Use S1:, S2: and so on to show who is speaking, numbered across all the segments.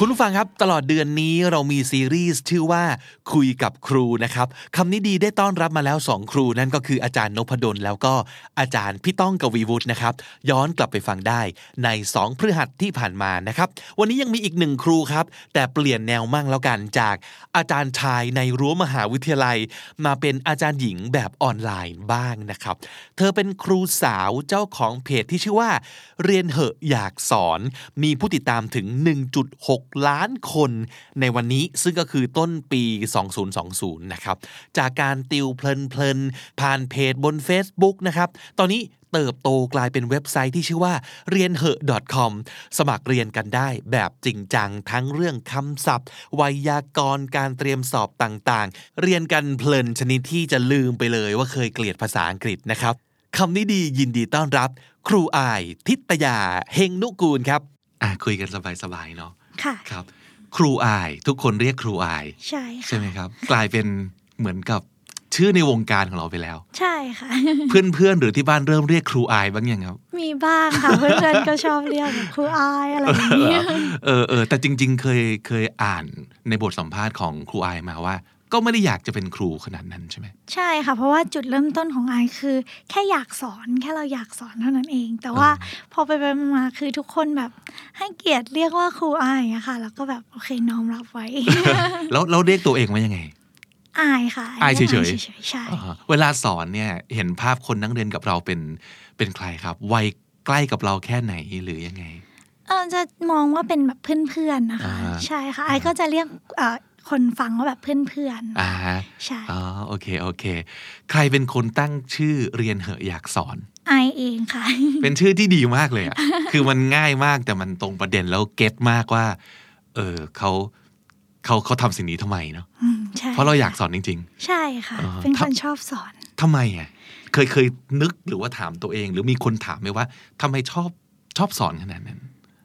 S1: คุณผู้ฟังครับ ตลอดเดือนนี้เรามีซีรีส์ชื่อว่าคุยกับครูนะครับคำนี้ดีได้ต้อนรับมาแล้ว 2 ครู นั่นก็คืออาจารย์นพดลแล้วก็อาจารย์พี่ต้องกวีวุฒินะครับ ย้อนกลับไปฟังได้ใน 2 พฤหัสที่ผ่านมานะครับ วันนี้ยังมีอีกหนึ่งครูครับ แต่เปลี่ยนแนวมั่งแล้วกันจากอาจารย์ชายในรั้วมหาวิทยาลัย มาเป็นอาจารย์หญิงแบบออนไลน์บ้างนะครับ เธอเป็นครูสาวเจ้าของเพจที่ชื่อว่า เรียนเหอะอยากสอน มีผู้ติดตามถึง 1.6 ล้านคนในวันนี้ซึ่งก็คือต้นปี 2020 นะครับ จากการติวเพลินๆ ผ่านเพจบน Facebook นะครับ ตอนนี้เติบโตกลายเป็นเว็บไซต์ที่ชื่อว่าเรียนเหอะ .com สมัครเรียนกันได้แบบจริงจัง ทั้งเรื่องคำศัพท์ ไวยากรณ์การเตรียมสอบต่างๆ เรียนกันเพลินชนิดที่จะลืมไปเลยว่าเคยเกลียดภาษาอังกฤษนะครับ คำนี้ดียินดีต้อนรับ ครูอายทิตยาเฮงนุกูลครับ อ่ะคุยกันสบายๆเนาะ
S2: ค่ะ
S1: ครับ ครูอายทุกคนเรียกครูอาย
S2: ใช่
S1: ใช่
S2: ค่ะ
S1: ไหมครับ กลายเป็นเหมือนกับชื่อในวงการของเราไปแล้ว
S2: ใช่ค่ะ
S1: เพื่อนๆหรือที่บ้านเริ่มเรียกครูอายบ้างยังครับ
S2: มีบ้างค่ะ เพื่อนๆก็ชอบเรียกแบบครูอายอะไรอย่างเงี้ย
S1: เออเออแต่จริง ๆ เคยเคยอ่านในบทสัมภาษณ์ของครูอายมาว่า ก็ไม่ได้อยากจะเป็นครูขนาดนั้นใช่ไหม
S2: ใช่ค่ะ เพราะว่าจุดเริ่มต้นของไอายคือ แค่อยากสอนแค่เราอยากสอนเท่านั้นเอง แต่ว่าพอไปไปมาๆคือทุกคนแบบ ให้เกียรติเรียกว่าครูอายอะค่ะ แล้วก็แบบโอเคน้อมรับไว้
S1: แล้วเราเรียกตัวเองว่ายังไง
S2: อายค่ะ
S1: อายเฉยๆ
S2: รีกว่อๆใช่
S1: อ่าเวลาสอนเนี่ยเห็นภาพคนนั่งเรียนกับเราเป็นเป็นใครครับ วัยใกล้กับเราแค่ไหนหรือยังไง
S2: เออจะมองว่าเป็นแบบเพื่อนๆนะคะ
S1: อ่า
S2: ใช่ค่ะไอายก็จะเรียกเอ่อคนฟังว่าแบบเพื่อน
S1: อ่า
S2: ๆใช่
S1: อ๋อโอเคโอเค ใครเป็นคนตั้งชื่อเรียนเหอะอยากสอน
S2: ไอายเองค่ะ
S1: เป็นชื่อที่ดีมากเลยอ่ะ คือมันง่ายมากแต่มันตรงประเด็นแล้วเก็ตมากว่า เออเขาเขาเขาทำสิ่งนี้ทำไมเนาะ
S2: อืมใช่
S1: เพราะเราอยาก
S2: ค่ะ
S1: สอนจริง
S2: ใช่ค่ะ
S1: อ่า
S2: เป็น
S1: ถ้า
S2: คนชอบสอน
S1: ๆทำไมอ่ะเคยเคยนึกหรือว่าถามตัวเอง หรือมีคนถามไหมว่าทำไมชอบชอบสอนขนาดนั้น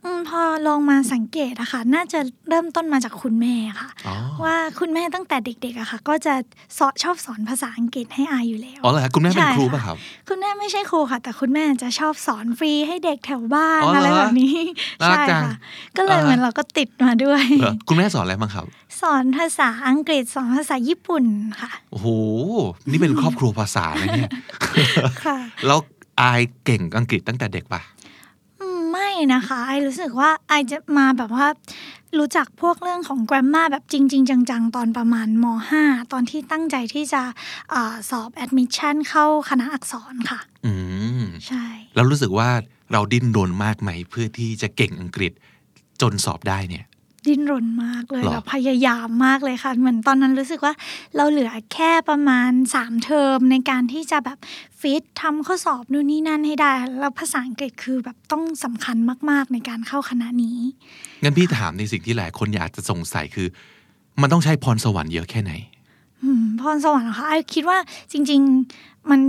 S2: อืมพอลองมาสังเกตอะค่ะ น่าจะเริ่มต้นมาจากคุณแม่ค่ะ
S1: อ๋อ
S2: ว่าคุณแม่ตั้งแต่เด็กๆอะค่ะ ก็จะสอนชอบสอนภาษาอังกฤษให้อายอยู่แล้ว
S1: อ๋อเหรอฮะคุณแม่เป็น
S2: ใช่
S1: ครู
S2: ค่ะ
S1: ป่ะครับ
S2: คุณแม่ไม่ใช่ครูค่ะ แต่คุณแม่จะชอบสอนฟรีให้เด็กแถวบ้าน
S1: อ๋อเหรอ
S2: อะไรแบบนี้
S1: น่ารัก
S2: ใช่
S1: จัง
S2: ค่ะก็เลย
S1: อ่า
S2: เหมือนเราก็ติดมาด้วย
S1: เหรอคุณแม่สอนอะไรบ้างครับ
S2: สอนภาษาอังกฤษสอนภาษาญี่ปุ่นค่ะ
S1: โอ้โห นี่เป็นครอบครัวภาษาเลยเนี่ย
S2: ค่ะ
S1: แล้วอายเก่งอังกฤษตั้งแต่เด็กป่ะ
S2: อืมไม่นะคะไอรู้สึกว่าไอจะมาแบบว่า รู้จักพวกเรื่องของ grammar แบบจริง ๆ จัง ๆ ตอนประมาณม 5 ตอนที่ตั้งใจที่จะอาสอบ admission เข้าคณะอักษรค่ะ
S1: อืม
S2: ใช่
S1: แล้วรู้สึกว่าเราดิ้นรนมากไหม เพื่อที่จะเก่งอังกฤษจนสอบได้เนี่ย
S2: ดิ้นรนมากเลย
S1: หรอ
S2: แบบพยายามมากเลยค่ะ เหมือนตอนนั้นรู้สึกว่าเราเหลือแค่ประมาณ 3 เทอมในการที่จะแบบฟิตทำข้อสอบนู่นนี่นั่นให้ได้ แล้วภาษาอังกฤษคือแบบต้องสำคัญมากๆในการเข้าคณะนี้
S1: งั้นพี่ถามในสิ่งที่หลายคนอยากจะสงสัยคือ มันต้องใช้พรสวรรค์เยอะแค่ไหน
S2: อืมพรสวรรค์เหรอคะไอคิดว่าจริง ๆมัน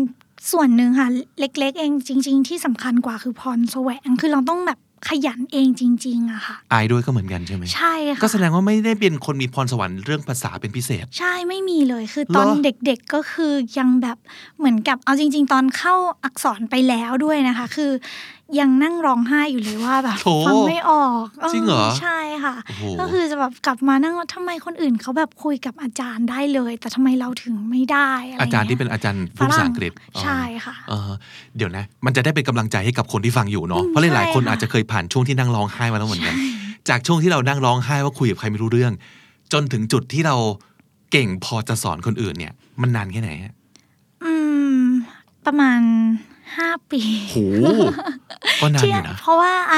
S2: ส่วนหนึ่งค่ะ เล็ก ๆ เองจริง ๆ ที่สำคัญกว่าคือพรแสวงคือเราต้องแบบขยันเองจริง ๆอะค่ะ
S1: อายด้วยก็เหมือนกันใช่ไหม
S2: ใช่
S1: ก็
S2: ค่ะ
S1: แสดงว่าไม่ได้เป็นคนมีพรสวรรค์เรื่องภาษาเป็นพิเศษ
S2: ใช่ไม่มีเลยคือตอน
S1: เหรอ
S2: เด็กๆก็คือยังแบบเหมือนกับเอาจริง ๆ ตอนเข้าอักษรไปแล้วด้วยนะคะ คือ ยังนั่งร้องไห้อยู่เลยว่าแบบ
S1: โถ
S2: ฟังไม่ออก
S1: จริงเหรอ
S2: ใช่ค่ะ
S1: โอ้โห
S2: ก็คือจะแบบกลับมานั่งว่าทำไมคนอื่นเขาแบบคุยกับอาจารย์ได้เลย แต่ทำไมเราถึงไม่ได้อะไร
S1: อา
S2: เงี้ย
S1: จารย์ที่เป็นอาจารย์พูดภาษาอังกฤษอ๋อ
S2: ใช่ค่ะ
S1: เออเดี๋ยวนะ มันจะได้เป็นกำลังใจให้กับคนที่ฟังอยู่เนาะ
S2: อืม
S1: เพราะหลาย
S2: ใช่
S1: ๆคน
S2: ค่ะ
S1: อาจจะเคยผ่านช่วงที่นั่งร้องไห้มาแล้วเหมือนกัน จากช่วงที่เรานั่งร้องไห้ว่าคุยกับใครไม่รู้เรื่อง จนถึงจุดที่เราเก่งพอจะสอนคนอื่นเนี่ย มันนานแค่ไหนฮะ
S2: อืม ประมาณห้าปี
S1: โห ก็นาน
S2: ที่
S1: อยู่นะ
S2: เพราะว่าไอ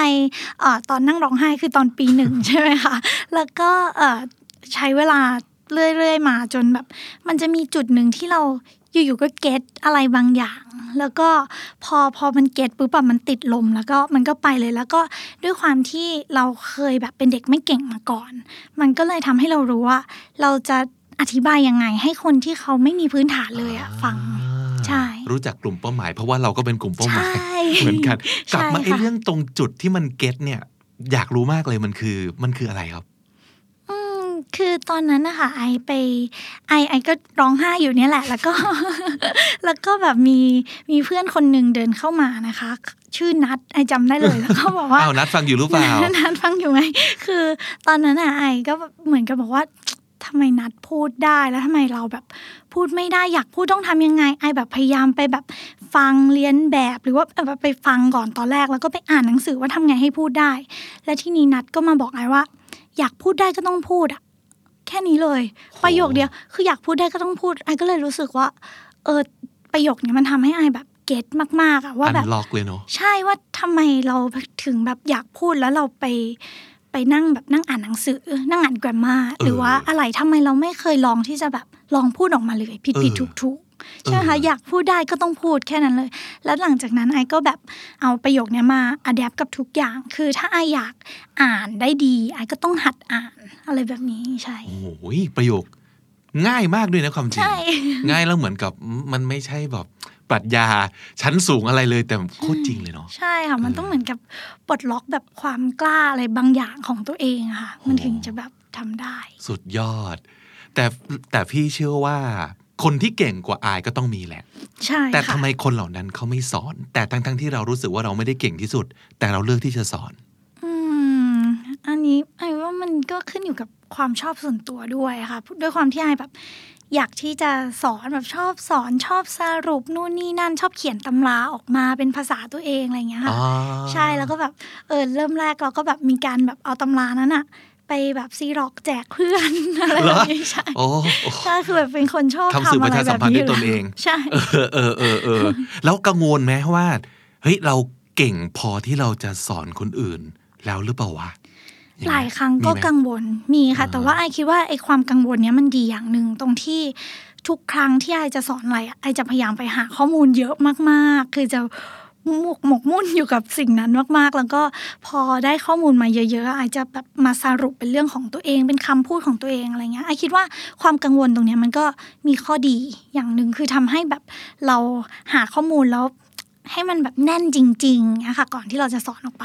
S2: เออตอนนั่งร้องไห้คือตอนปี หนึ่ง ใช่ไหมคะ แล้วก็เออใช้เวลาเรื่อยๆมาจนแบบ มันจะมีจุดหนึ่งที่เราอยู่ๆก็เก็ตอะไรบางอย่าง แล้วก็พอพอมันเก็ตปุ๊บแบบมันติดลมแล้วก็มันก็ไปเลยแล้วก็ด้วยความที่เราเคยแบบเป็นเด็กไม่เก่งมาก่อน มันก็เลยทำให้เรารู้ว่า เราจะอธิบายยังไงให้คนที่เขาไม่มีพื้นฐานเลยอะฟัง
S1: อ่า
S2: ใช่
S1: รู้จักกลุ่มเป้าหมาย เพราะว่าเราก็เป็นกลุ่มเป้าหมาย
S2: ใช่
S1: เหมือนกันกลับมาไอ้
S2: ใช่ค่ะ
S1: เรื่องตรงจุดที่มันเก็ตเนี่ย อยากรู้มากเลยมันคือมันคืออะไรครับ
S2: อืมคือตอนนั้นนะคะไอไปไอไอก็ร้องไห้อยู่เนี่ยแหละ แล้วก็ แล้วก็แบบมีมีเพื่อนคนหนึ่งเดินเข้ามานะคะ ชื่อนัดไอจำได้เลยแล้วก็บอกว่า
S1: อ้าวนัดฟังอยู่หรือเปล่า
S2: นัดฟังอยู่ไหม คือตอนนั้นอ่ะไอก็เหมือนกับบอกว่าทำไมนัดพูดได้แล้วทำไมเราแบบพูดไม่ได้อยากพูดต้องทำยังไงไอแบบพยายามไปแบบฟังเรียนแบบหรือว่าแบบไปฟังก่อนตอนแรกแล้วก็ไปอ่านหนังสือว่าทำไงให้พูดได้ และที่นี้นัดก็มาบอกไอว่า อยากพูดได้ก็ต้องพูดอะแค่นี้เลย ประโยคเดียว คืออยากพูดได้ก็ต้องพูดไอก็เลยรู้สึกว่า เออประโยคเนี้ยมันทำให้ไอแบบเก็ตมากๆอะว่า
S1: อัน
S2: แบบ
S1: ล็อกเลยเนาะ
S2: ใช่ว่าทำไมเราถึงแบบอยากพูดแล้วเราไปไปนั่งแบบนั่งอ่านหนังสือ นั่งอ่านแกรมมา
S1: เออ
S2: หรือว่าอะไรทำไมเราไม่เคยลองที่จะแบบลองพูดออกมาเลยผิด
S1: เออ
S2: ผิดถูกถูกใช่ไหมคะ
S1: เออ
S2: อ
S1: อ
S2: ยากพูดได้ก็ต้องพูดแค่นั้นเลย แล้วหลังจากนั้นไอก็แบบเอาประโยคเนี้ยมาอัดแอปกับทุกอย่าง คือถ้าไออยากอ่านได้ดีไอก็ต้องหัดอ่านอะไรแบบนี้ใช่
S1: โอ้โหประโยคง่ายมากด้วยนะความจริง
S2: ใช่
S1: ง่ายแล้วเหมือนกับมันไม่ใช่แบบปรัชญาชั้นสูงอะไรเลยแต่โคตรจริงเลยเนาะ
S2: ใช่ค่ะมันต้องเหมือนกับปลดล็อกแบบความกล้าอะไรบางอย่างของตัวเองอะค่ะ มันถึงจะแบบทำได้
S1: สุดยอด แต่แต่พี่เชื่อว่า คนที่เก่งกว่าอายก็ต้องมีแหละ
S2: ใช่
S1: แต่ทำ
S2: ค่ะ
S1: ไมคนเหล่านั้นเขาไม่สอน แต่ทั้งทั้งๆที่เรารู้สึกว่าเราไม่ได้เก่งที่สุด แต่เราเลือกที่จะสอน
S2: อืม อันนี้ไอ้ว่ามันก็ขึ้นอยู่กับความชอบส่วนตัวด้วยค่ะ ด้วยความที่ไอ้แบบ อยากที่จะสอนแบบชอบสอนชอบสรุปนู่นนี่นั่นชอบเขียนตำราออกมาเป็นภาษาตัวเองอะไรอย่างเงี้ยค่ะ
S1: อ่า
S2: ใช่แล้วก็แบบเออเริ่มแรกเราก็แบบมีการแบบเอาตำรานั้นอะไปแบบซีร็อกแจกเพื่อน อะไร
S1: เหร
S2: แบ
S1: อ
S2: บนี้ใช่
S1: โอ้โอ้
S2: ใช่คือแบบเป็นคนชอบ
S1: ทำสื่อป
S2: ทำอะ
S1: ระ
S2: ไร
S1: ชาสั
S2: แบ
S1: ม
S2: บ
S1: พันธ์
S2: นี้
S1: ด้วยตนเอง
S2: ใช่
S1: เออเออเออเออแล้วกังวลไหมว่าเฮ้ยเราเก่งพอที่เราจะสอนคนอื่น แล้วหรือเปล่าวะอง
S2: ห
S1: เงี้
S2: ลายครั้งก็
S1: มีไหม
S2: กังวลมีค่ะ
S1: อ่า
S2: แต่ว่าไอคิดว่าไอความกังวลเนี้ยมันดีอย่างหนึ่งตรงที่ทุกครั้งที่ไอจะสอนอะไรอะไอจะพยายามไปหาข้อมูลเยอะมากๆ คือจะหมกหมกมุ่นอยู่กับสิ่งนั้นมากๆ แล้วก็พอได้ข้อมูลมาเยอะๆไอจะแบบมาสรุปเป็นเรื่องของตัวเองเป็นคำพูดของตัวเองอะไรเงี้ยไอคิดว่าความกังวลตรงเนี้ยมันก็มีข้อดีอย่างหนึ่งคือทำให้แบบเราหาข้อมูลแล้วให้มันแบบแน่นจริงๆนะคะก่อนที่เราจะสอนออกไป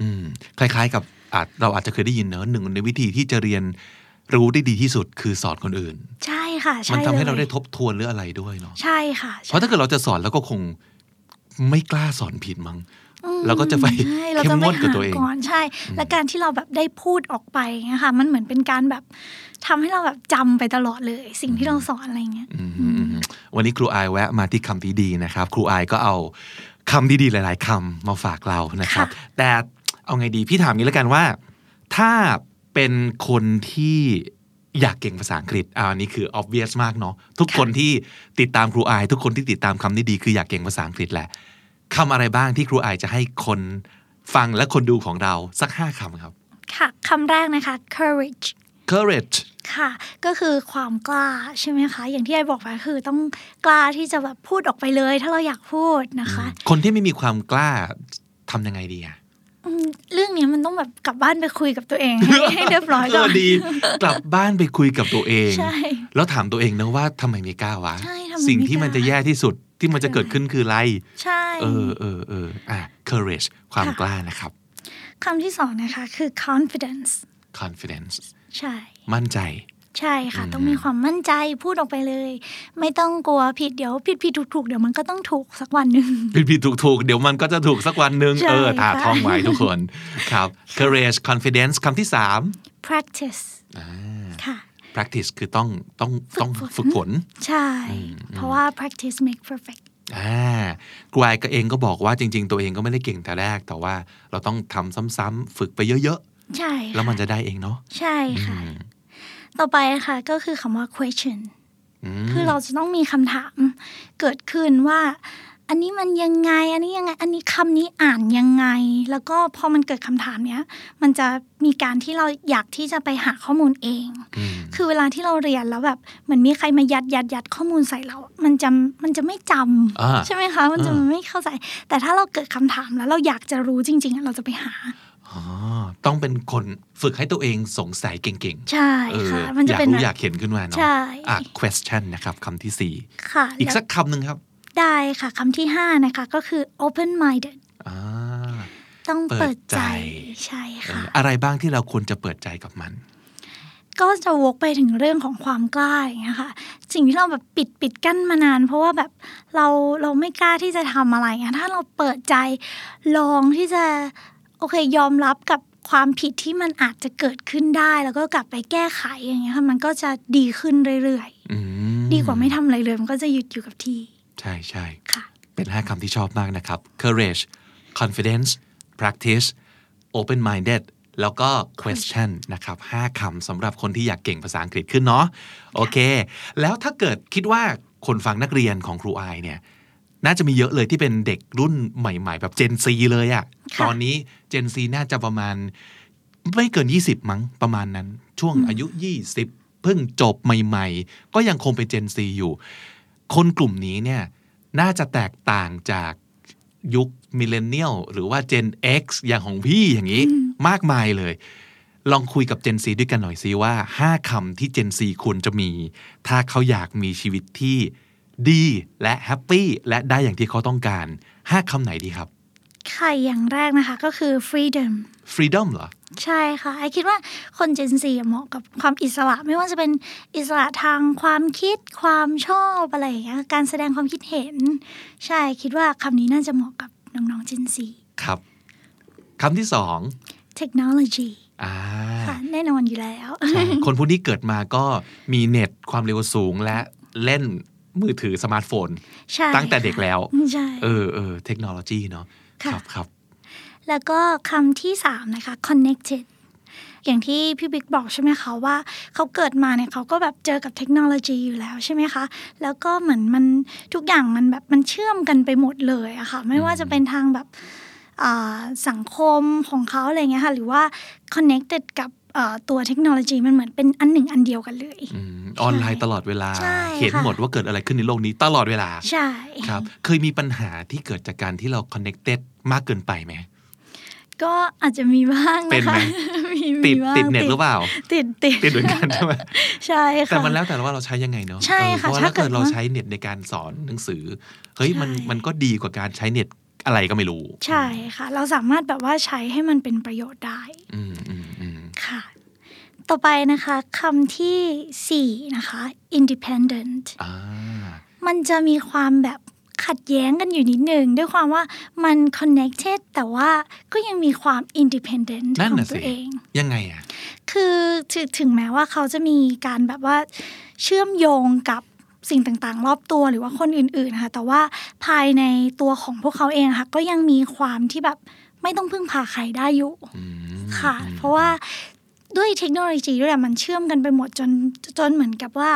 S1: อืมคล้ายๆกับอาจเราอาจจะเคยได้ยินเนอะหนึ่งในวิธีที่จะเรียนรู้ได้ดีที่สุดคือสอนคนอื่น
S2: ใช่ค่ะ ใช่
S1: มั
S2: เลย
S1: ทำให้เราได้ทบทวนหรืออะไรด้วยเนาะ
S2: ใช่ค่ะ
S1: เพราะถ้าเกิดเราจะสอนแล้วก็คงไม่กล้าสอนผิดมั้ง เราก็จะไป
S2: ใช่เราจะ
S1: เข้มงวดกับ
S2: ไปหา
S1: ตัวเอง
S2: ก่อนใช่ และการที่เราแบบได้พูดออกไปอย่างเงี้ยค่ะ มันเหมือนเป็นการแบบทำให้เราแบบจำไปตลอดเลย สิ่งที่เราสอนอะไรอย่างเงี้ย
S1: อืมอืมอืมวันนี้ครูอายแวะมาที่คำดีๆนะครับ ครูอายก็เอาคำดีๆหลาย ๆคำมาฝากเรานะครับ แต่เอาไงดีพี่ถามนี้แล้วกันว่า ถ้าเป็นคนที่อยากเก่งภาษาอังกฤษอ่าอันนี้คือ obvious มากเนาะทุกคนที่ติดตามครูอาย ทุกคนที่ติดตามคำนี้ดีคืออยากเก่งภาษาอังกฤษแหละคำอะไรบ้างที่ครูอายจะให้คนฟังและคนดูของเราสักห้าคำครับ
S2: ค่ะคำแรกนะคะ courage
S1: courage
S2: ค่ะ ก็คือความกล้าใช่ไหมคะ อย่างที่ไอบอกไปคือต้องกล้าที่จะแบบพูดออกไปเลย ถ้าเราอยากพูดนะคะ
S1: คนที่ไม่มีความกล้าทำยังไงดีอะ
S2: อืมเรื่องเนี้ยมันต้องแบบกลับบ้านไปคุยกับ ตัวเองให้ให้เรียบร้อย
S1: เอ
S2: ก่อ
S1: อน ดี กลับบ้านไปคุยกับตัวเอง
S2: ใช่
S1: แล้วถามตัวเองนะว่าทำไมไม่กล้าวะ
S2: ใช่ทำไมไม่กล้า
S1: สิ่งที่มันจะแย่ที่สุดที่มันจะเกิดขึ้นคืออะไร
S2: ใช่
S1: เออเออเอออ่ะ courage ความ
S2: ค่ะ
S1: กล้านะครับ
S2: คำที่สองนะคะ คือ confidence
S1: confidence
S2: ใช่
S1: มั่นใจ
S2: ใช่ค่ะ ต้องมีความมั่นใจพูดออกไปเลย ไม่ต้องกลัวผิดเดี๋ยวผิดผิดถูกถูกเดี๋ยวมันก็ต้องถูกสักวันหนึ่ง
S1: ผิดผิดถูกถูกๆ เดี๋ยวมันก็จะถูกสักวันหนึ่ง
S2: ใช่
S1: เออตา
S2: ค่ะ
S1: ท่องไว้ทุกคนครับ courage confidence คำที่สาม
S2: practice ค่ะ
S1: practice คือต้องต้องต้อง
S2: ฝึกฝน
S1: ฝึกฝน
S2: ใช่ เพราะว่า practice make perfect
S1: อ่ากวายก็เองก็บอกว่าจริง ๆ ตัวเองก็ไม่ได้เก่งแต่แรก แต่ว่าเราต้องทำซ้ำๆฝึกไปเยอะ
S2: ใช่
S1: ๆ
S2: ค่
S1: แล้วมันจะได้เองเนาะ
S2: ใช่ค่ะ ต่อไปค่ะก็คือคำว่า question
S1: อืม
S2: คือเราจะต้องมีคำถามเกิดขึ้นว่า อันนี้มันยังไง อันนี้ยังไง อันนี้คำนี้อ่านยังไง แล้วก็พอมันเกิดคำถามเนี้ย มันจะมีการที่เราอยากที่จะไปหาข้อมูลเอง
S1: อืม
S2: คือเวลาที่เราเรียนแล้วแบบเหมือนมีใครมายัดยัดยัดข้อมูลใส่เรา มันจะมันจะไม่จำ
S1: อ่า
S2: ใช่ไหมคะ มันจะ
S1: อ่า
S2: ไม่เข้าใจ แต่ถ้าเราเกิดคำถามแล้วเราอยากจะรู้จริง ๆอะเราจะไปหา
S1: อ๋อต้องเป็นคนฝึกให้ตัวเองสงสัยเก่งๆ
S2: ใช่
S1: เออ
S2: ค่ะ มัน
S1: อ
S2: จะ
S1: ยาก
S2: เป็น
S1: รู้
S2: แบบ
S1: อยากเห็นขึ้นมาเนาะ
S2: ใช่
S1: อ่ะ question นะครับคำที่สี่
S2: ค่ะ
S1: อีก
S2: แล้ว
S1: สักคำหนึ่งครับ
S2: ได้ค่ะคำที่ห้านะคะก็คือ open minded
S1: อ่า
S2: ต้อง
S1: เปิ
S2: เปิ
S1: ด
S2: ด
S1: ใจ
S2: ใจใช่
S1: เอ
S2: ค่ะ
S1: ออะไรบ้างที่เราควรจะเปิดใจกับมัน
S2: ก็จะวกไปถึงเรื่องของความกล้าอย่างเงี้ยค่ะ สิ่งที่เราแบบปิดปิดกั้นมานาน เพราะว่าแบบเราเราไม่กล้าที่จะทำอะไรอย่างเงี้ยถ้าเราเปิดใจลองที่จะโอเคยอมรับกับความผิดที่มันอาจจะเกิดขึ้นได้ แล้วก็กลับไปแก้ไขอย่างเงี้ยค่ะมันก็จะดีขึ้นเรื่อย
S1: อื
S2: ๆ ดีกว่าไม่ทำอะไรเลยมันก็จะหยุดอยู่กับที่
S1: ใช่ใช่
S2: ค่ะ
S1: เป็น 5 คำที่ชอบมากนะครับ courage confidence practice open minded แล้วก็ question นะครับ 5 คำสำหรับคนที่อยากเก่งภาษาอังกฤษขึ้นเนาะ โอเค แล้วถ้าเกิดคิดว่าคนฟังนักเรียนของครูอายเนี่ย น่าจะมีเยอะเลยที่เป็นเด็กรุ่นใหม่ๆ แบบ Gen Z เลยอะ
S2: ค่ะ
S1: ตอนนี้ Gen Z น่าจะประมาณ ไม่เกิน 20 มั้งประมาณนั้น ช่วงอายุ 20 เพิ่งจบใหม่ ๆ ก็ยังคงเป็น Gen Z อยู่ คนกลุ่มนี้เนี่ย น่าจะแตกต่างจากยุคมิเลเนียลหรือว่า Gen X อย่างของพี่อย่างนี้ มากมายเลย ลองคุยกับ Gen Z ด้วยกันหน่อยซิว่า 5คำที่ Gen Z ควรจะมี ถ้าเขาอยากมีชีวิตที่ดีและแฮปปี้และได้อย่างที่เขาต้องการ 5คำไหนดีครับ
S2: ค่ะอย่างแรกนะคะก็คือ freedom
S1: Freedom เหรอ
S2: ใช่ค่ะไอคิดว่าคน Gen Z อะเหมาะกับความอิสระ ไม่ว่าจะเป็นอิสระทางความคิดความชอบอะไรอย่างเงี้ยการแสดงความคิดเห็น ใช่คิดว่าคำนี้น่าจะเหมาะกับน้องๆ Gen Z
S1: ครับคำที่สอง
S2: Technology
S1: อ่า
S2: ค่ะแน่นอนอยู่แล้ว
S1: ใช่คนพวกนี้เกิดมาก็มีเน็ตความเร็วสูงและเล่นมือถือสมาร์ทโฟน
S2: ใช่
S1: ตั้งแต่เด็กแล้ว
S2: ใช่
S1: เออเออเทคโนโลยีเนาะ
S2: ค่ะ
S1: ครับครับ
S2: แล้วก็คำที่ 3 นะคะ connected อย่างที่พี่บิ๊กบอกใช่ไหมคะว่าเขาเกิดมาเนี่ยเขาก็แบบเจอกับเทคโนโลยีอยู่แล้วใช่ไหมคะ แล้วก็เหมือนมันทุกอย่างมันแบบมันเชื่อมกันไปหมดเลยอะค่ะ ไม่ว่าจะเป็นทางแบบอ่าสังคมของเขาอะไรเงี้ยค่ะ หรือว่า connected กับอ่าตัวเทคโนโลยีมันเหมือนเป็นอันหนึ่งอันเดียวกันเลย
S1: อืมออนไลน์ตลอดเวลา
S2: ใช่
S1: เห็น
S2: ค่ะ
S1: หมดว่าเกิดอะไรขึ้นในโลกนี้ตลอดเวลา
S2: ใช่
S1: ครับ เคยมีปัญหาที่เกิดจากการที่เรา connected มากเกินไปไหม
S2: ก็อาจจะมีบ้าง
S1: เป็น
S2: นะ
S1: ไหม
S2: คะมี
S1: ติด
S2: มีบ้าง
S1: ติดเน็ตหรือเปล่า
S2: ติดติด
S1: ติดเหมือน กันใช่ไหม
S2: ใช่ค่ะ
S1: แต่มันแล้วแต่ว่าเราใช้ยังไงเนาะ
S2: ใช่ค่ะ
S1: เออเพราว่าถ้า
S2: ถ้าเกิ
S1: เกิด
S2: ด
S1: เรา
S2: ว่า
S1: ใช้เน็ตในการสอนหนังสือ เฮ้ยมัน
S2: ใช่
S1: มันก็ดีกว่าการใช้เน็ตอะไรก็ไม่รู้
S2: ใช่ค่ะ เราสามารถแบบว่าใช้ให้มันเป็นประโยชน์ได้
S1: อืมอืมอืม
S2: ค่ะ ต่อไปนะคะคำทีสี่4 นะคะ independent
S1: อ่า
S2: มันจะมีความแบบขัดแย้งกันอยู่นิดนึง ด้วยความว่ามัน connected แต่ว่าก็ยังมีความ independent
S1: นั่น
S2: ของ
S1: น่ะ
S2: ตั
S1: สิ
S2: วเอง
S1: ยังไงอ่ะ
S2: คือถึงถึงแม้ว่าเขาจะมีการแบบว่าเชื่อมโยงกับสิ่งต่างๆ รอบตัวหรือว่าคนอื่นๆนะค่ะแต่ว่าภายในตัวของพวกเขาเองค่ะ ก็ยังมีความที่แบบไม่ต้องพึ่งพาใครได้อยู่
S1: อืม
S2: ค่ะ
S1: อืม
S2: เพราะว่าด้วยเทคโนโลยีด้วยแหละมันเชื่อมกันไปหมดจนจนเหมือนกับว่า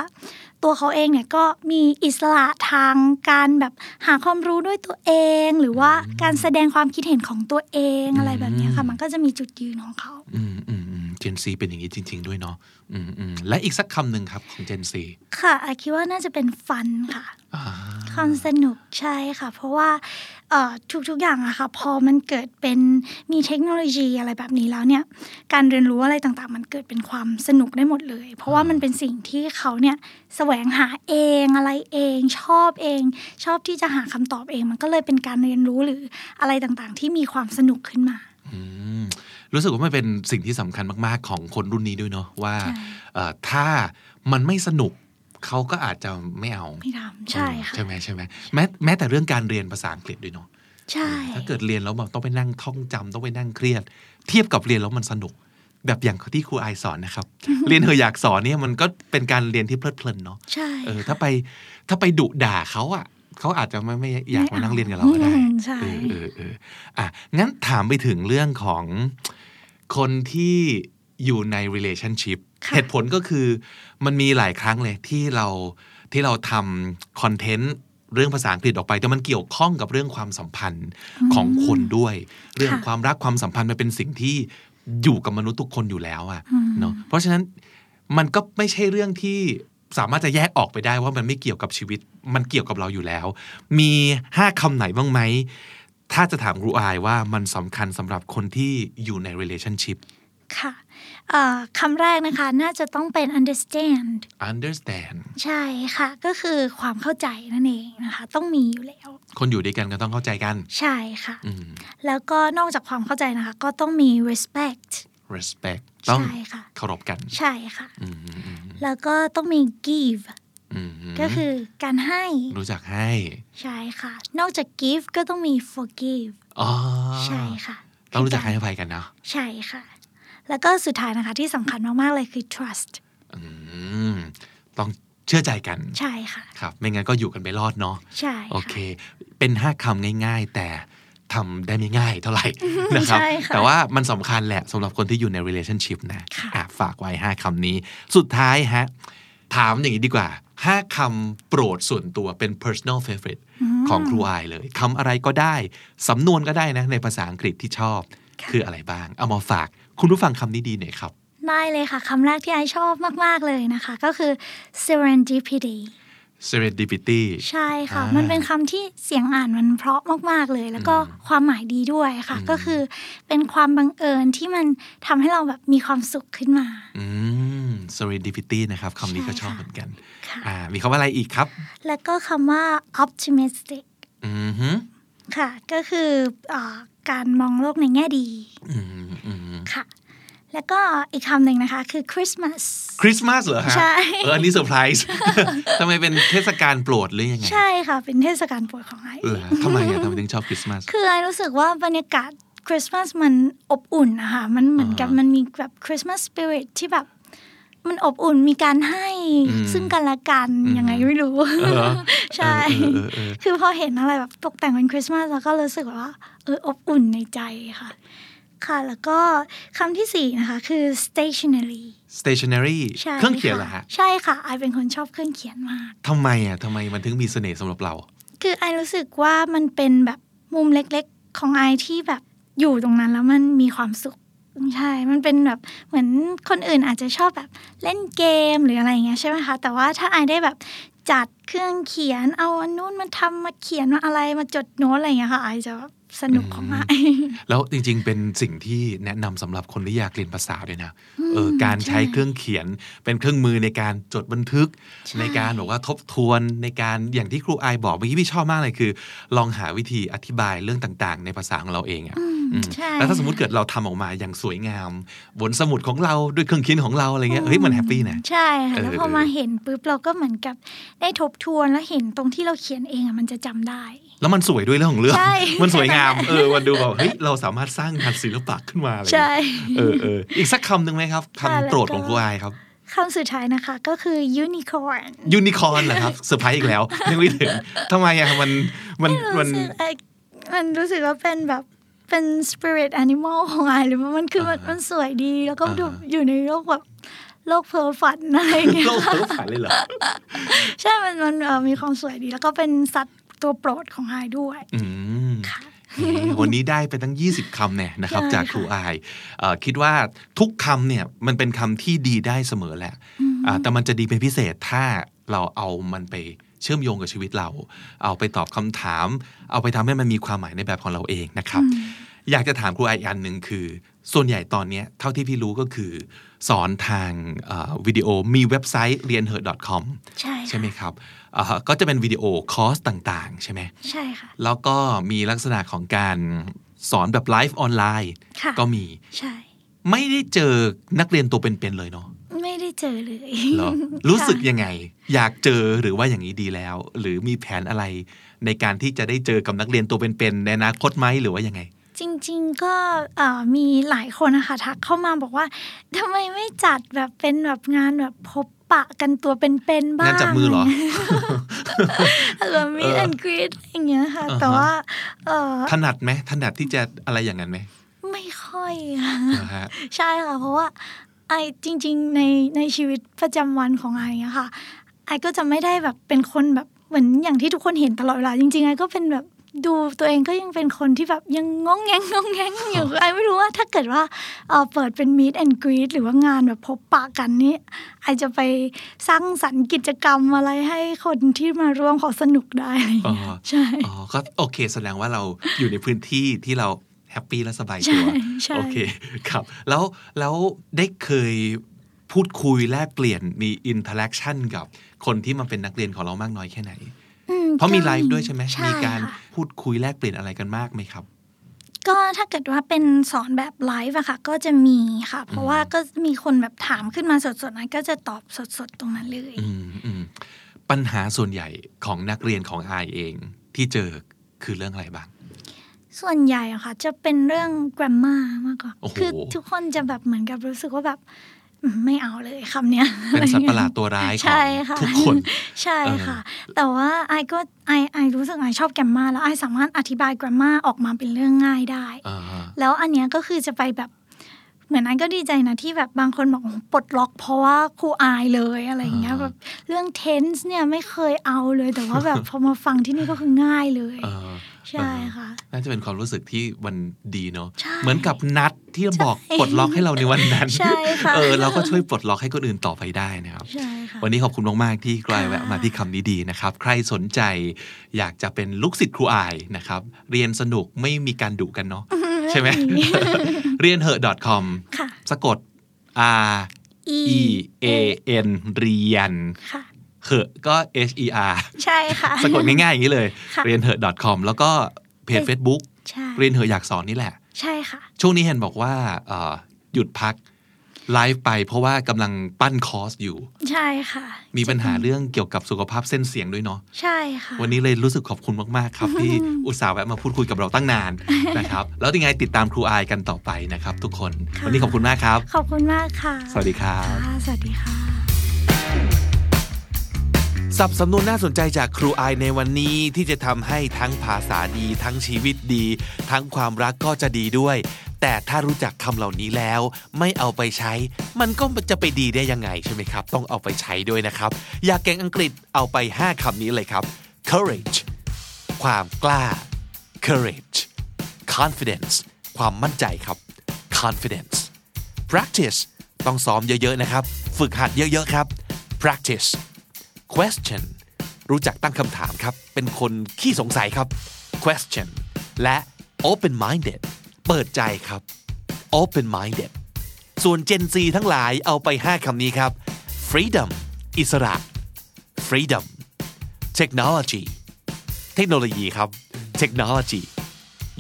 S2: ตัวเขาเองเนี่ยก็มีอิสระทางการแบบหาความรู้ด้วยตัวเอง หรือว่าการแสดงความคิดเห็นของตัวเองอะไรแบบเนี้ยค่ะ มันก็จะมีจุดยืนของเขา
S1: อืมอืมอืม Gen Z เป็นอย่างนี้จริง ๆ ด้วยเนาะอืมอืมและอีกสักคำหนึ่งครับของ Gen Z
S2: ค่ะอาคิดว่าน่าจะเป็นฟันค่ะ
S1: อ่า
S2: ความสนุกใช่ค่ะ เพราะว่าเอ่อทุกๆอย่างอะค่ะ พอมันเกิดเป็นมีเทคโนโลยีอะไรแบบนี้แล้วเนี่ย การเรียนรู้อะไรต่างๆ มันเกิดเป็นความสนุกได้หมดเลย เพราะว่ามันเป็นสิ่งที่เขาเนี่ยแสวงหาเองอะไรเอง ชอบเอง ชอบที่จะหาคำตอบเอง มันก็เลยเป็นการเรียนรู้หรืออะไรต่างๆ ที่มีความสนุกขึ้นมา
S1: อืมรู้สึกว่ามันเป็นสิ่งที่สำคัญมาก ๆ ของคนรุ่นนี้ด้วยเนาะว่า
S2: ใช่
S1: เอ่อถ้ามันไม่สนุกเขาก็อาจจะไม่เอา
S2: พี่ดำใช่ค่ะ
S1: ใช่ไหมใช่ไหมแม้แม้แต่เรื่องการเรียนภาษาอังกฤษด้วยเนาะ
S2: ใช่
S1: ถ้าเกิดเรียนแล้วแบบต้องไปนั่งท่องจำต้องไปนั่งเครียด เทียบกับเรียนแล้วมันสนุก แบบอย่างที่ครูไอายสอน นะครับ เรียนเธออยากสอนเนี่ยมันก็เป็นการเรียนที่เพลิดเพลินเนาะ
S2: ใช่
S1: เออ
S2: ค่ะ
S1: ถ้าไปถ้าไปดุด่าเขาอ่ะเขาอาจจะไม่ไม่อยากมานั่งเรียนกับเราก็ได้
S2: อืมใช่
S1: เออเออเอออ่ะ งั้นถามไปถึงเรื่องของคนที่อยู่ใน relationship
S2: ค่ะ
S1: เหตุผลก็คือมันมีหลายครั้งเลยที่เราที่เราทำคอนเทนต์เรื่องภาษาอังกฤษออกไป แต่มันเกี่ยวข้องกับเรื่องความสัมพันธ์ของคนด้วย เรื่องความรักความสัมพันธ์มันเป็นสิ่งที่อยู่กับมนุษย์ทุกคนอยู่แล้วอะเนาะเพราะฉะนั้นมันก็ไม่ใช่เรื่องที่สามารถจะแยกออกไปได้ว่ามันไม่เกี่ยวกับชีวิต มันเกี่ยวกับเราอยู่แล้ว มีห้าคำไหนบ้างไหม ถ้าจะถามครูอายว่ามันสำคัญสำหรับคนที่อยู่ใน relationship
S2: ค่ะ เอ่อคำแรกนะคะ น่าจะต้องเป็น understand
S1: understand
S2: ใช่ค่ะ ก็คือความเข้าใจนั่นเองนะคะ ต้องมีอยู่แล้ว
S1: คนอยู่ด้วยกันก็ต้องเข้าใจกัน
S2: ใช่ค่ะ
S1: อืม
S2: แล้วก็นอกจากความเข้าใจนะคะ ก็ต้องมี respect
S1: respect ต้อง
S2: ใช่ค่ะ
S1: เคารพกัน
S2: ใช่ค่ะ
S1: อืมอืม
S2: แล้วก็ต้องมี give
S1: อืม
S2: ก็คือการให้
S1: รู้จักให้
S2: ใช่ค่ะ นอกจาก give ก็ต้องมี forgive
S1: อ๋อ
S2: ใช่ค่ะ
S1: ต้องรู้จักให้อภัยกันเนาะ
S2: ใช่ค่ะ แล้วก็สุดท้ายนะคะที่สำคัญมาก ๆ เลยคือ trust
S1: อืมต้องเชื่อใจกัน
S2: ใช่ค่ะ
S1: ครับ ไม่งั้นก็อยู่กันไม่รอดเนาะ
S2: ใช่
S1: โอ
S2: ค่ะ
S1: เค เป็น 5คำง่าย ๆ แต่ทำได้ไม่ง่าย เท่าไหร่นะครับ
S2: ใช่ค่ะ
S1: แต่ว่ามันสำคัญแหละสำหรับคนที่อยู่ใน relationship นะ
S2: ค่ะ
S1: อ่ะฝากไว้ 5คำนี้ สุดท้ายฮะ ถามอย่างนี้ดีกว่า 5คำโปรดส่วนตัวเป็น personal favorite ของครูอายเลยคำอะไรก็ได้ สำนวนก็ได้นะ ในภาษาอังกฤษที่ชอบ คืออะไรบ้าง เอามาฝาก คุณผู้ฟังคำนี้ดีหน่อยครับ
S2: ได้เลยค่ะคำแรกที่ไอชอบมาก ๆ เลยนะคะ ก็คือ serendipity
S1: serendipity
S2: ใช่ค่ะ
S1: อ่ามั
S2: มันเป็นคำที่เสียงอ่านมันเพราะมากๆเลย แล้วก็ความหมายดีด้วยค่ะ ก็คือเป็นความบังเอิญที่มันทำให้เราแบบมีความสุขขึ้นมา
S1: อืม serendipity นะครับคำนี้ก็ชอบเหมือนกัน
S2: ค่ะ
S1: อ่า มีคำว่าอะไรอีกครับ
S2: แล้วก็คำว่า optimistic
S1: อือหือ
S2: ค่ะ ก็คืออาการมองโลกในแง่ดี
S1: อืมอืม
S2: ค่ะ แล้วก็อีกคำหนึ่งนะคะคือ Christmas
S1: คริสต์มาสเหรอฮะ
S2: ใช่
S1: เอออันนี้เซอร์ไพร ส์ ทำไมเป็นเทศกาลโปรดหรือยังไง
S2: ใช่ค่ะ เป็นเทศกาลโปรดของไอ
S1: เออทำไมอ่ะทำไมถึงชอบคริสต์มาส
S2: คือไอรู้สึกว่าบรรยากาศคริสต์มาสมันอบอุ่นนะคะมันเหมือนกับมันมีแบบคริสต์มาสสปิริตที่แบบ มันอบอุ่นมีการให้
S1: อืม
S2: ซึ่งกันและกันยังไงไม่รู้
S1: เออ
S2: ใช่
S1: เออเออเออ
S2: คือพอเห็นอะไรแบบตกแต่งเป็นคริสต์มาสแล้วก็รู้สึกว่าเอออบอุ่นในใจค่ะ ค่ะแล้วก็คำที่สี่นะคะคือ stationery
S1: stationery
S2: ใช่
S1: เครื่องเขียนเหรอ
S2: ค่
S1: ฮะ
S2: ใช่ค่ะไอเป็นคนชอบเครื่องเขียนมาก
S1: ทำไมอ่ะทำไมมันถึงมีเสน่ห์สำหรับเรา
S2: คือไอรู้สึกว่ามันเป็นแบบมุมเล็กๆ ของไอที่แบบอยู่ตรงนั้นแล้วมันมีความสุขใช่ มันเป็นแบบเหมือนคนอื่นอาจจะชอบแบบเล่นเกมหรืออะไรอย่างเงี้ยใช่ไหมคะ แต่ว่าถ้าไอได้แบบจัดเครื่องเขียนเอาอันนู้นมาทำมาเขียนมาอะไรมาจดโน้ตอะไรอย่างเงี้ยค่ะไอจะแบบสนุกของไอ
S1: แล้วจริงๆ เป็นสิ่งที่แนะนำสำหรับคนที่อยากเรียนภาษาด้วยนะเออการใช้เครื่องเขียนเป็นเครื่องมือในการจดบันทึก
S2: ใช่
S1: ในการบอกว่าทบทวนในการอย่างที่ครูอายบอกเมื่อกี้พี่ชอบมากเลยคือ ลองหาวิธีอธิบายเรื่องต่างๆ ในภาษาของเราเองอ่ะ
S2: อืมใช่
S1: แล้วถ้าสมมติเกิดเราทำออกมาอย่างสวยงาม บนสมุดของเราด้วยเครื่องเคินของเราอะไรเงี้ยเฮ้ยมันแฮปปี้นะ
S2: ใช่ค่ะแล้ว
S1: เออ
S2: พอมาเห็นปุ๊บเราก็เหมือนกับได้ทบทวนแล้วเห็นตรงที่เราเขียนเองอะมันจะจำได้
S1: แล้วมันสวยด้วยเรื่องของเรื่อง
S2: ใช่
S1: มันสวย งามเออมันดูแบบเฮ้ยเราสามารถสร้างงานศิลปะขึ้นมาอะไร
S2: ใช่
S1: เงี้ยเออเอออีกสักคำหนึ่งไหมครับ
S2: ค่ะ
S1: คำ
S2: แล้วก็
S1: โปรดของครูอายครับ
S2: คำสุดท้ายนะคะก็คือ unicorn
S1: ยูนิคอร์นเหรอครับเซอร์ไพรส์อีกแล้วนึกไม่ถึงทำไมอะมันมันมัน
S2: รู้สึกเอ่อมันรู้สึกว่าเป็นแบบเป็น spirit animal ของไอหรือว่ามันคือมันมันสวยดีแล้วก็
S1: อ่า
S2: ดูอยู่ในโลกแบบโลกเพ้อฝันอะไรอย่างเงี้ ย
S1: โลกเพ้อฝันเลยเหรอ
S2: ใช่มันมันเอ่อมีความสวยดี แล้วก็เป็นสัตว์ตัวโปรดของไอด้วย
S1: อืม
S2: ค่ะ
S1: อืมวันนี้ได้ไปตั้ง 20 คำเนี่ยนะครับ
S2: ใช่
S1: จาก
S2: ค่ะ
S1: ครูอายเอ่อคิดว่าทุกคำเนี่ยมันเป็นคำที่ดีได้เสมอแหละอ่าแต่มันจะดีเป็นพิเศษถ้าเราเอามันไปเชื่อมโยงกับชีวิตเรา เอาไปตอบคำถาม เอาไปทำให้มันมีความหมายในแบบของเราเองนะครับ อยากจะถามครูอายอีกอันหนึ่งคือ ส่วนใหญ่ตอนเนี้ยเท่าที่พี่รู้ก็คือ สอนทางเอ่อวิดีโอมีเว็บไซต์เรียนเหอะ .com
S2: ใช่ค่ะ
S1: ใช่ไหมครับเอ่อก็จะเป็นวิดีโอคอร์สต่าง ๆ ใช่ไหม
S2: ใช่ค่ะ
S1: แล้วก็มีลักษณะของการสอนแบบไลฟ์ออนไลน์
S2: ค่ะ
S1: ก็มี
S2: ใช่
S1: ไม่ได้เจอนักเรียนตัวเป็นๆเลยเนาะ
S2: ไม่ได้เจอเลย
S1: เหรอรู้สึกยังไง อยากเจอหรือว่าอย่างนี้ดีแล้ว หรือมีแผนอะไร ในการที่จะได้เจอกับนักเรียนตัวเป็นๆในอนาคตไหมหรือว่ายังไง
S2: จริง ๆ ก็เอ่อมีหลายคนนะคะทักเข้ามาบอกว่าทำไมไม่จัดแบบเป็นแบบงานแบบพบปะกันตัวเป็นๆบ้าง
S1: งานจับมือเหรอ
S2: เออมีแอนกรีดอย่างเงี้ยค่ะ แต่ว่าเออ
S1: ถนัดไหมถนัดที่จะอะไรอย่างนั้นไหม
S2: ไม่ค่อยค่ะ
S1: เหรอฮะ
S2: ใช่ค่ะ เพราะว่าไอจริง ๆ ในในชีวิตประจำวันของไออะค่ะ ไอก็จะไม่ได้แบบเป็นคนแบบเหมือนอย่างที่ทุกคนเห็นตลอดเวลาจริง ๆ ไอก็เป็นแบบดูตัวเองก็ยังเป็นคนที่แบบยังงงแงงงงแงง อยู่ไอไม่รู้ว่าถ้าเกิดว่าเอ่อเปิดเป็น meet and greet หรือว่างานแบบพบปะกันนี่ไอจะไปสร้างสรรค์กิจกรรมอะไรให้คนที่มาร่วมเขาสนุกได้อะไรอย่างเงี้ย
S1: อ๋อ
S2: ใช่
S1: อ๋อก็โอเค แสดงว่าเราอยู่ในพื้นที่ที่เรา แฮปปี้และสบาย
S2: ใช่
S1: ตัว
S2: ใช่
S1: โอเคครับ แล้วแล้วได้เคยพูดคุยแลกเปลี่ยนมีอินเทอร์แอคชั่นกับคนที่มาเป็นนักเรียนของเรามากน้อยแค่ไหน
S2: อื
S1: เพราะมี
S2: ก็
S1: ไลฟ์ด้วยใช่ไหม
S2: ใช่
S1: มีการ
S2: ค่ะ
S1: พูดคุยแลกเปลี่ยนอะไรกันมากไหมครับ
S2: ก็ถ้าเกิดว่าเป็นสอนแบบไลฟ์อะค่ะ ก็จะมีค่ะ เพราะว่าก็มีคนแบบถามขึ้นมาสดๆนั้นก็จะตอบสดๆตรงนั้นเลย
S1: อืมอืมปัญหาส่วนใหญ่ของนักเรียนของอายเองที่เจอคือเรื่องอะไรบ้าง
S2: ส่วนใหญ่อะค่ะ จะเป็นเรื่อง grammar มากกว่า
S1: โอ้โห
S2: คือทุกคนจะแบบเหมือนกับรู้สึกว่าแบบอืมไม่เอาเลยคำเนี้ย
S1: เป็นสัตว์ประหลาดตัวร้ายขอ
S2: ใช่
S1: ง
S2: ค่ะ
S1: ทุกคน
S2: ใช่ค่ะ แต่ว่าไอก็ไอไอรู้สึกไอชอบ grammar แล้วไอสามารถอธิบาย grammar ออกมาเป็นเรื่องง่ายได้
S1: อ่าฮะ
S2: แล้วอันเนี้ยก็คือจะไปแบบ เหมือนอันก็ดีใจนะที่แบบบางคนบอกโอ้โหปลดล็อกเพราะว่าครูอายเลยอะไรอย่างเงี้ยแบบเรื่อง tense เนี่ยไม่เคยเอาเลย แต่ ว่าแบบ พอมาฟังที่นี่ก็คือง่ายเลย
S1: เออ
S2: ใช่ค่ะ
S1: น่าจะเป็นความรู้สึกที่มันดีเนาะ
S2: ใช่
S1: เหมือนกับนัดที่บอกปลดล็อกให้เราในวันนั้น
S2: ใช่ค่ะ
S1: เออเราก็ช่วยปลดล็อกให้คนอื่นต่อไปได้นะครับ
S2: ใช่ค่ะ
S1: วันนี้ขอบคุณมาก ๆ ที่กลาย
S2: ค่ะ
S1: แวะมาที่คำนี้ดีนะครับ ใครสนใจอยากจะเป็นลูกศิษย์ครูอายนะครับ เรียนสนุกไม่มีการดุกันเนาะใช่ไหม เรียนเหอะ .com
S2: ค่ะ
S1: สะกด R
S2: e
S1: E A N เรียน
S2: ค่ะ
S1: เหอะก็ H E R
S2: ใช่ค่ะ
S1: สะกดง่าย ๆ อย่างนี้เลย
S2: ค่ะ
S1: เรียนเหอะ .com แล้วก็เพจ Facebook
S2: ใช่
S1: เรียนเหอะอยากสอนนี่แหละ
S2: ใช่ค่ะ
S1: ช่วงนี้เห็นบอกว่าเอ่อหยุดพักไลฟ์ไปเพราะว่ากำลังปั้นคอร์สอยู่
S2: ใช่ค่ะ
S1: มีปัญหาเรื่องเกี่ยวกับสุขภาพเส้นเสียงด้วยเนาะ
S2: ใช่ค่ะ
S1: วันนี้เลยรู้สึกขอบคุณมาก ๆ ครับ ที่อุตส่าห์แวะมาพูดคุยกับเราตั้งนาน นะครับ แล้วยังไงติดตามครูอายกันต่อไปนะครับทุกคน
S2: ค่ะ
S1: วันนี้ขอบคุณมากครับ
S2: ขอบคุณมากค่ะ
S1: สวัสดีครับ
S2: ค่ะสวัสดีค่ะ
S1: สับสำนวนน่าสนใจจากครูอายในวันนี้ที่จะทำให้ทั้งภาษาดี ทั้งชีวิตดี ทั้งความรักก็จะดีด้วย แต่ถ้ารู้จักคำเหล่านี้แล้ว ไม่เอาไปใช้ มันก็จะไปดีได้ยังไงใช่ไหมครับ ต้องเอาไปใช้ด้วยนะครับ อยากเก่งอังกฤษเอาไป 5คำนี้เลยครับ courage ความกล้า courage confidence ความมั่นใจครับ confidence practice ต้องซ้อมเยอะๆนะครับ ฝึกหัดเยอะๆครับ practice question รู้จักตั้งคำถามครับ เป็นคนขี้สงสัยครับ question และ open minded เปิดใจครับ open minded ส่วน Gen Z ทั้งหลายเอาไป 5คำนี้ครับ freedom อิสระ freedom technology เทคโนโลยีครับ เทคโนโลยี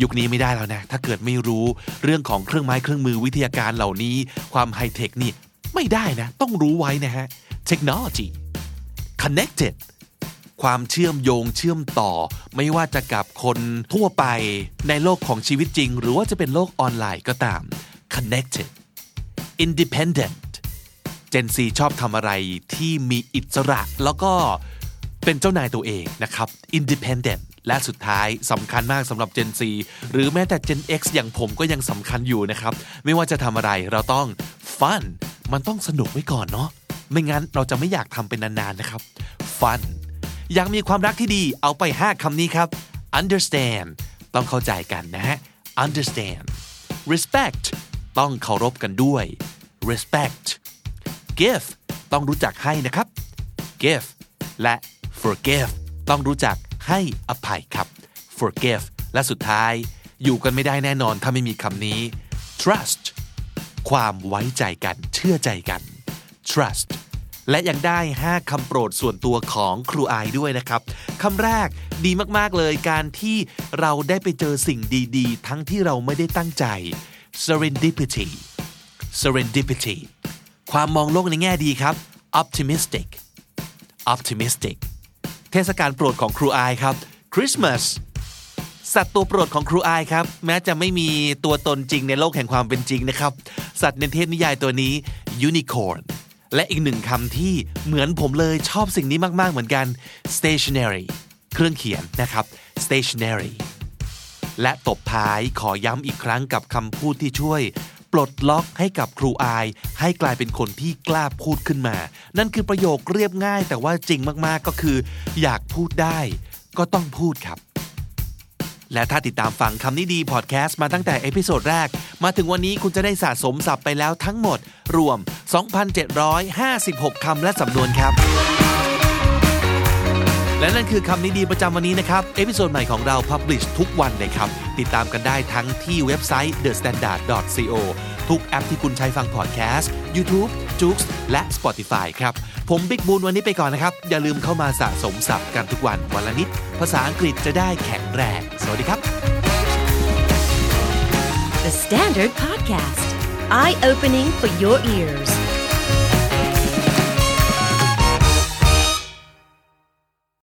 S1: ยุคนี้ไม่ได้แล้วนะ ถ้าเกิดไม่รู้เรื่องของเครื่องไม้เครื่องมือวิทยาการเหล่านี้ ความไฮเทคนี่ไม่ได้นะ ต้องรู้ไว้นะฮะ เทคโนโลยี connected ความเชื่อมโยงเชื่อมต่อ ไม่ว่าจะกับคนทั่วไปในโลกของชีวิตจริง หรือว่าจะเป็นโลกออนไลน์ก็ตาม connected independent Gen Z ชอบทำอะไรที่มีอิสระ แล้วก็เป็นเจ้านายตัวเองนะครับ independent และสุดท้ายสำคัญมากสำหรับ Gen Z หรือแม้แต่ Gen X อย่างผมก็ยังสำคัญอยู่นะครับ ไม่ว่าจะทำอะไรเราต้อง fun มันต้องสนุกไว้ก่อนเนาะไม่งั้นเราจะไม่อยากทำเป็นนานๆนะครับ fun อยากมีความรักที่ดีเอาไป 5คำนี้ครับ understand ต้องเข้าใจกันนะฮะ understand respect ต้องเคารพกันด้วย respect give ต้องรู้จักให้นะครับ give และ forgive ต้องรู้จักให้อภัยครับ forgive และสุดท้าย อยู่กันไม่ได้แน่นอนถ้าไม่มีคำนี้ trust ความไว้ใจกันเชื่อใจกัน trust และยังได้ 5 คำโปรดส่วนตัวของครูอายด้วยนะครับ คำแรกดีมาก ๆ เลยการที่เราได้ไปเจอสิ่งดี ๆ ทั้งที่เราไม่ได้ตั้งใจ serendipity serendipity ความมองโลกในแง่ดีครับ optimistic optimistic เทศกาลโปรดของครูอายครับ Christmas สัตว์ตัวโปรดของครูอายครับ แม้จะไม่มีตัวตนจริงในโลกแห่งความเป็นจริงนะครับ สัตว์ในเทพนิยายตัวนี้ unicorn และอีกหนึ่งคำที่เหมือนผมเลยชอบสิ่งนี้มาก ๆ เหมือนกัน stationery เครื่องเขียนนะครับ stationery และตบท้ายขอย้ำอีกครั้งกับคำพูดที่ช่วย ปลดล็อกให้กับครูอาย ให้กลายเป็นคนที่กล้าพูดขึ้นมา นั่นคือประโยคเรียบง่าย แต่ว่าจริงมากๆก็คือ อยากพูดได้ ก็ต้องพูดครับ และถ้าติดตามฟังคำนี้ดีพอดแคสต์มาตั้งแต่เอพิโซดแรก มาถึงวันนี้คุณจะได้สะสมศัพท์ไปแล้วทั้งหมด รวม 2,756 คำและสำนวนครับ และนั่นคือคำนี้ดีประจำวันนี้นะครับ เอพิโซดใหม่ของเราพับลิชทุกวันเลยครับ ติดตามกันได้ทั้งที่เว็บไซต์ thestandard.co ทุกแอปที่คุณใช้ฟังพอดแคสต์ YouTube j o o x และ Spotify ครับ ผมบิ๊กบูลวันนี้ไปก่อนนะครับ อย่าลืมเข้ามาสะสมศัพท์กันทุกวันวันละนิด ภาษาอังกฤษจะได้แข็งแรง สวัสดีครับ
S3: The Standard Podcast, eye opening for your ears.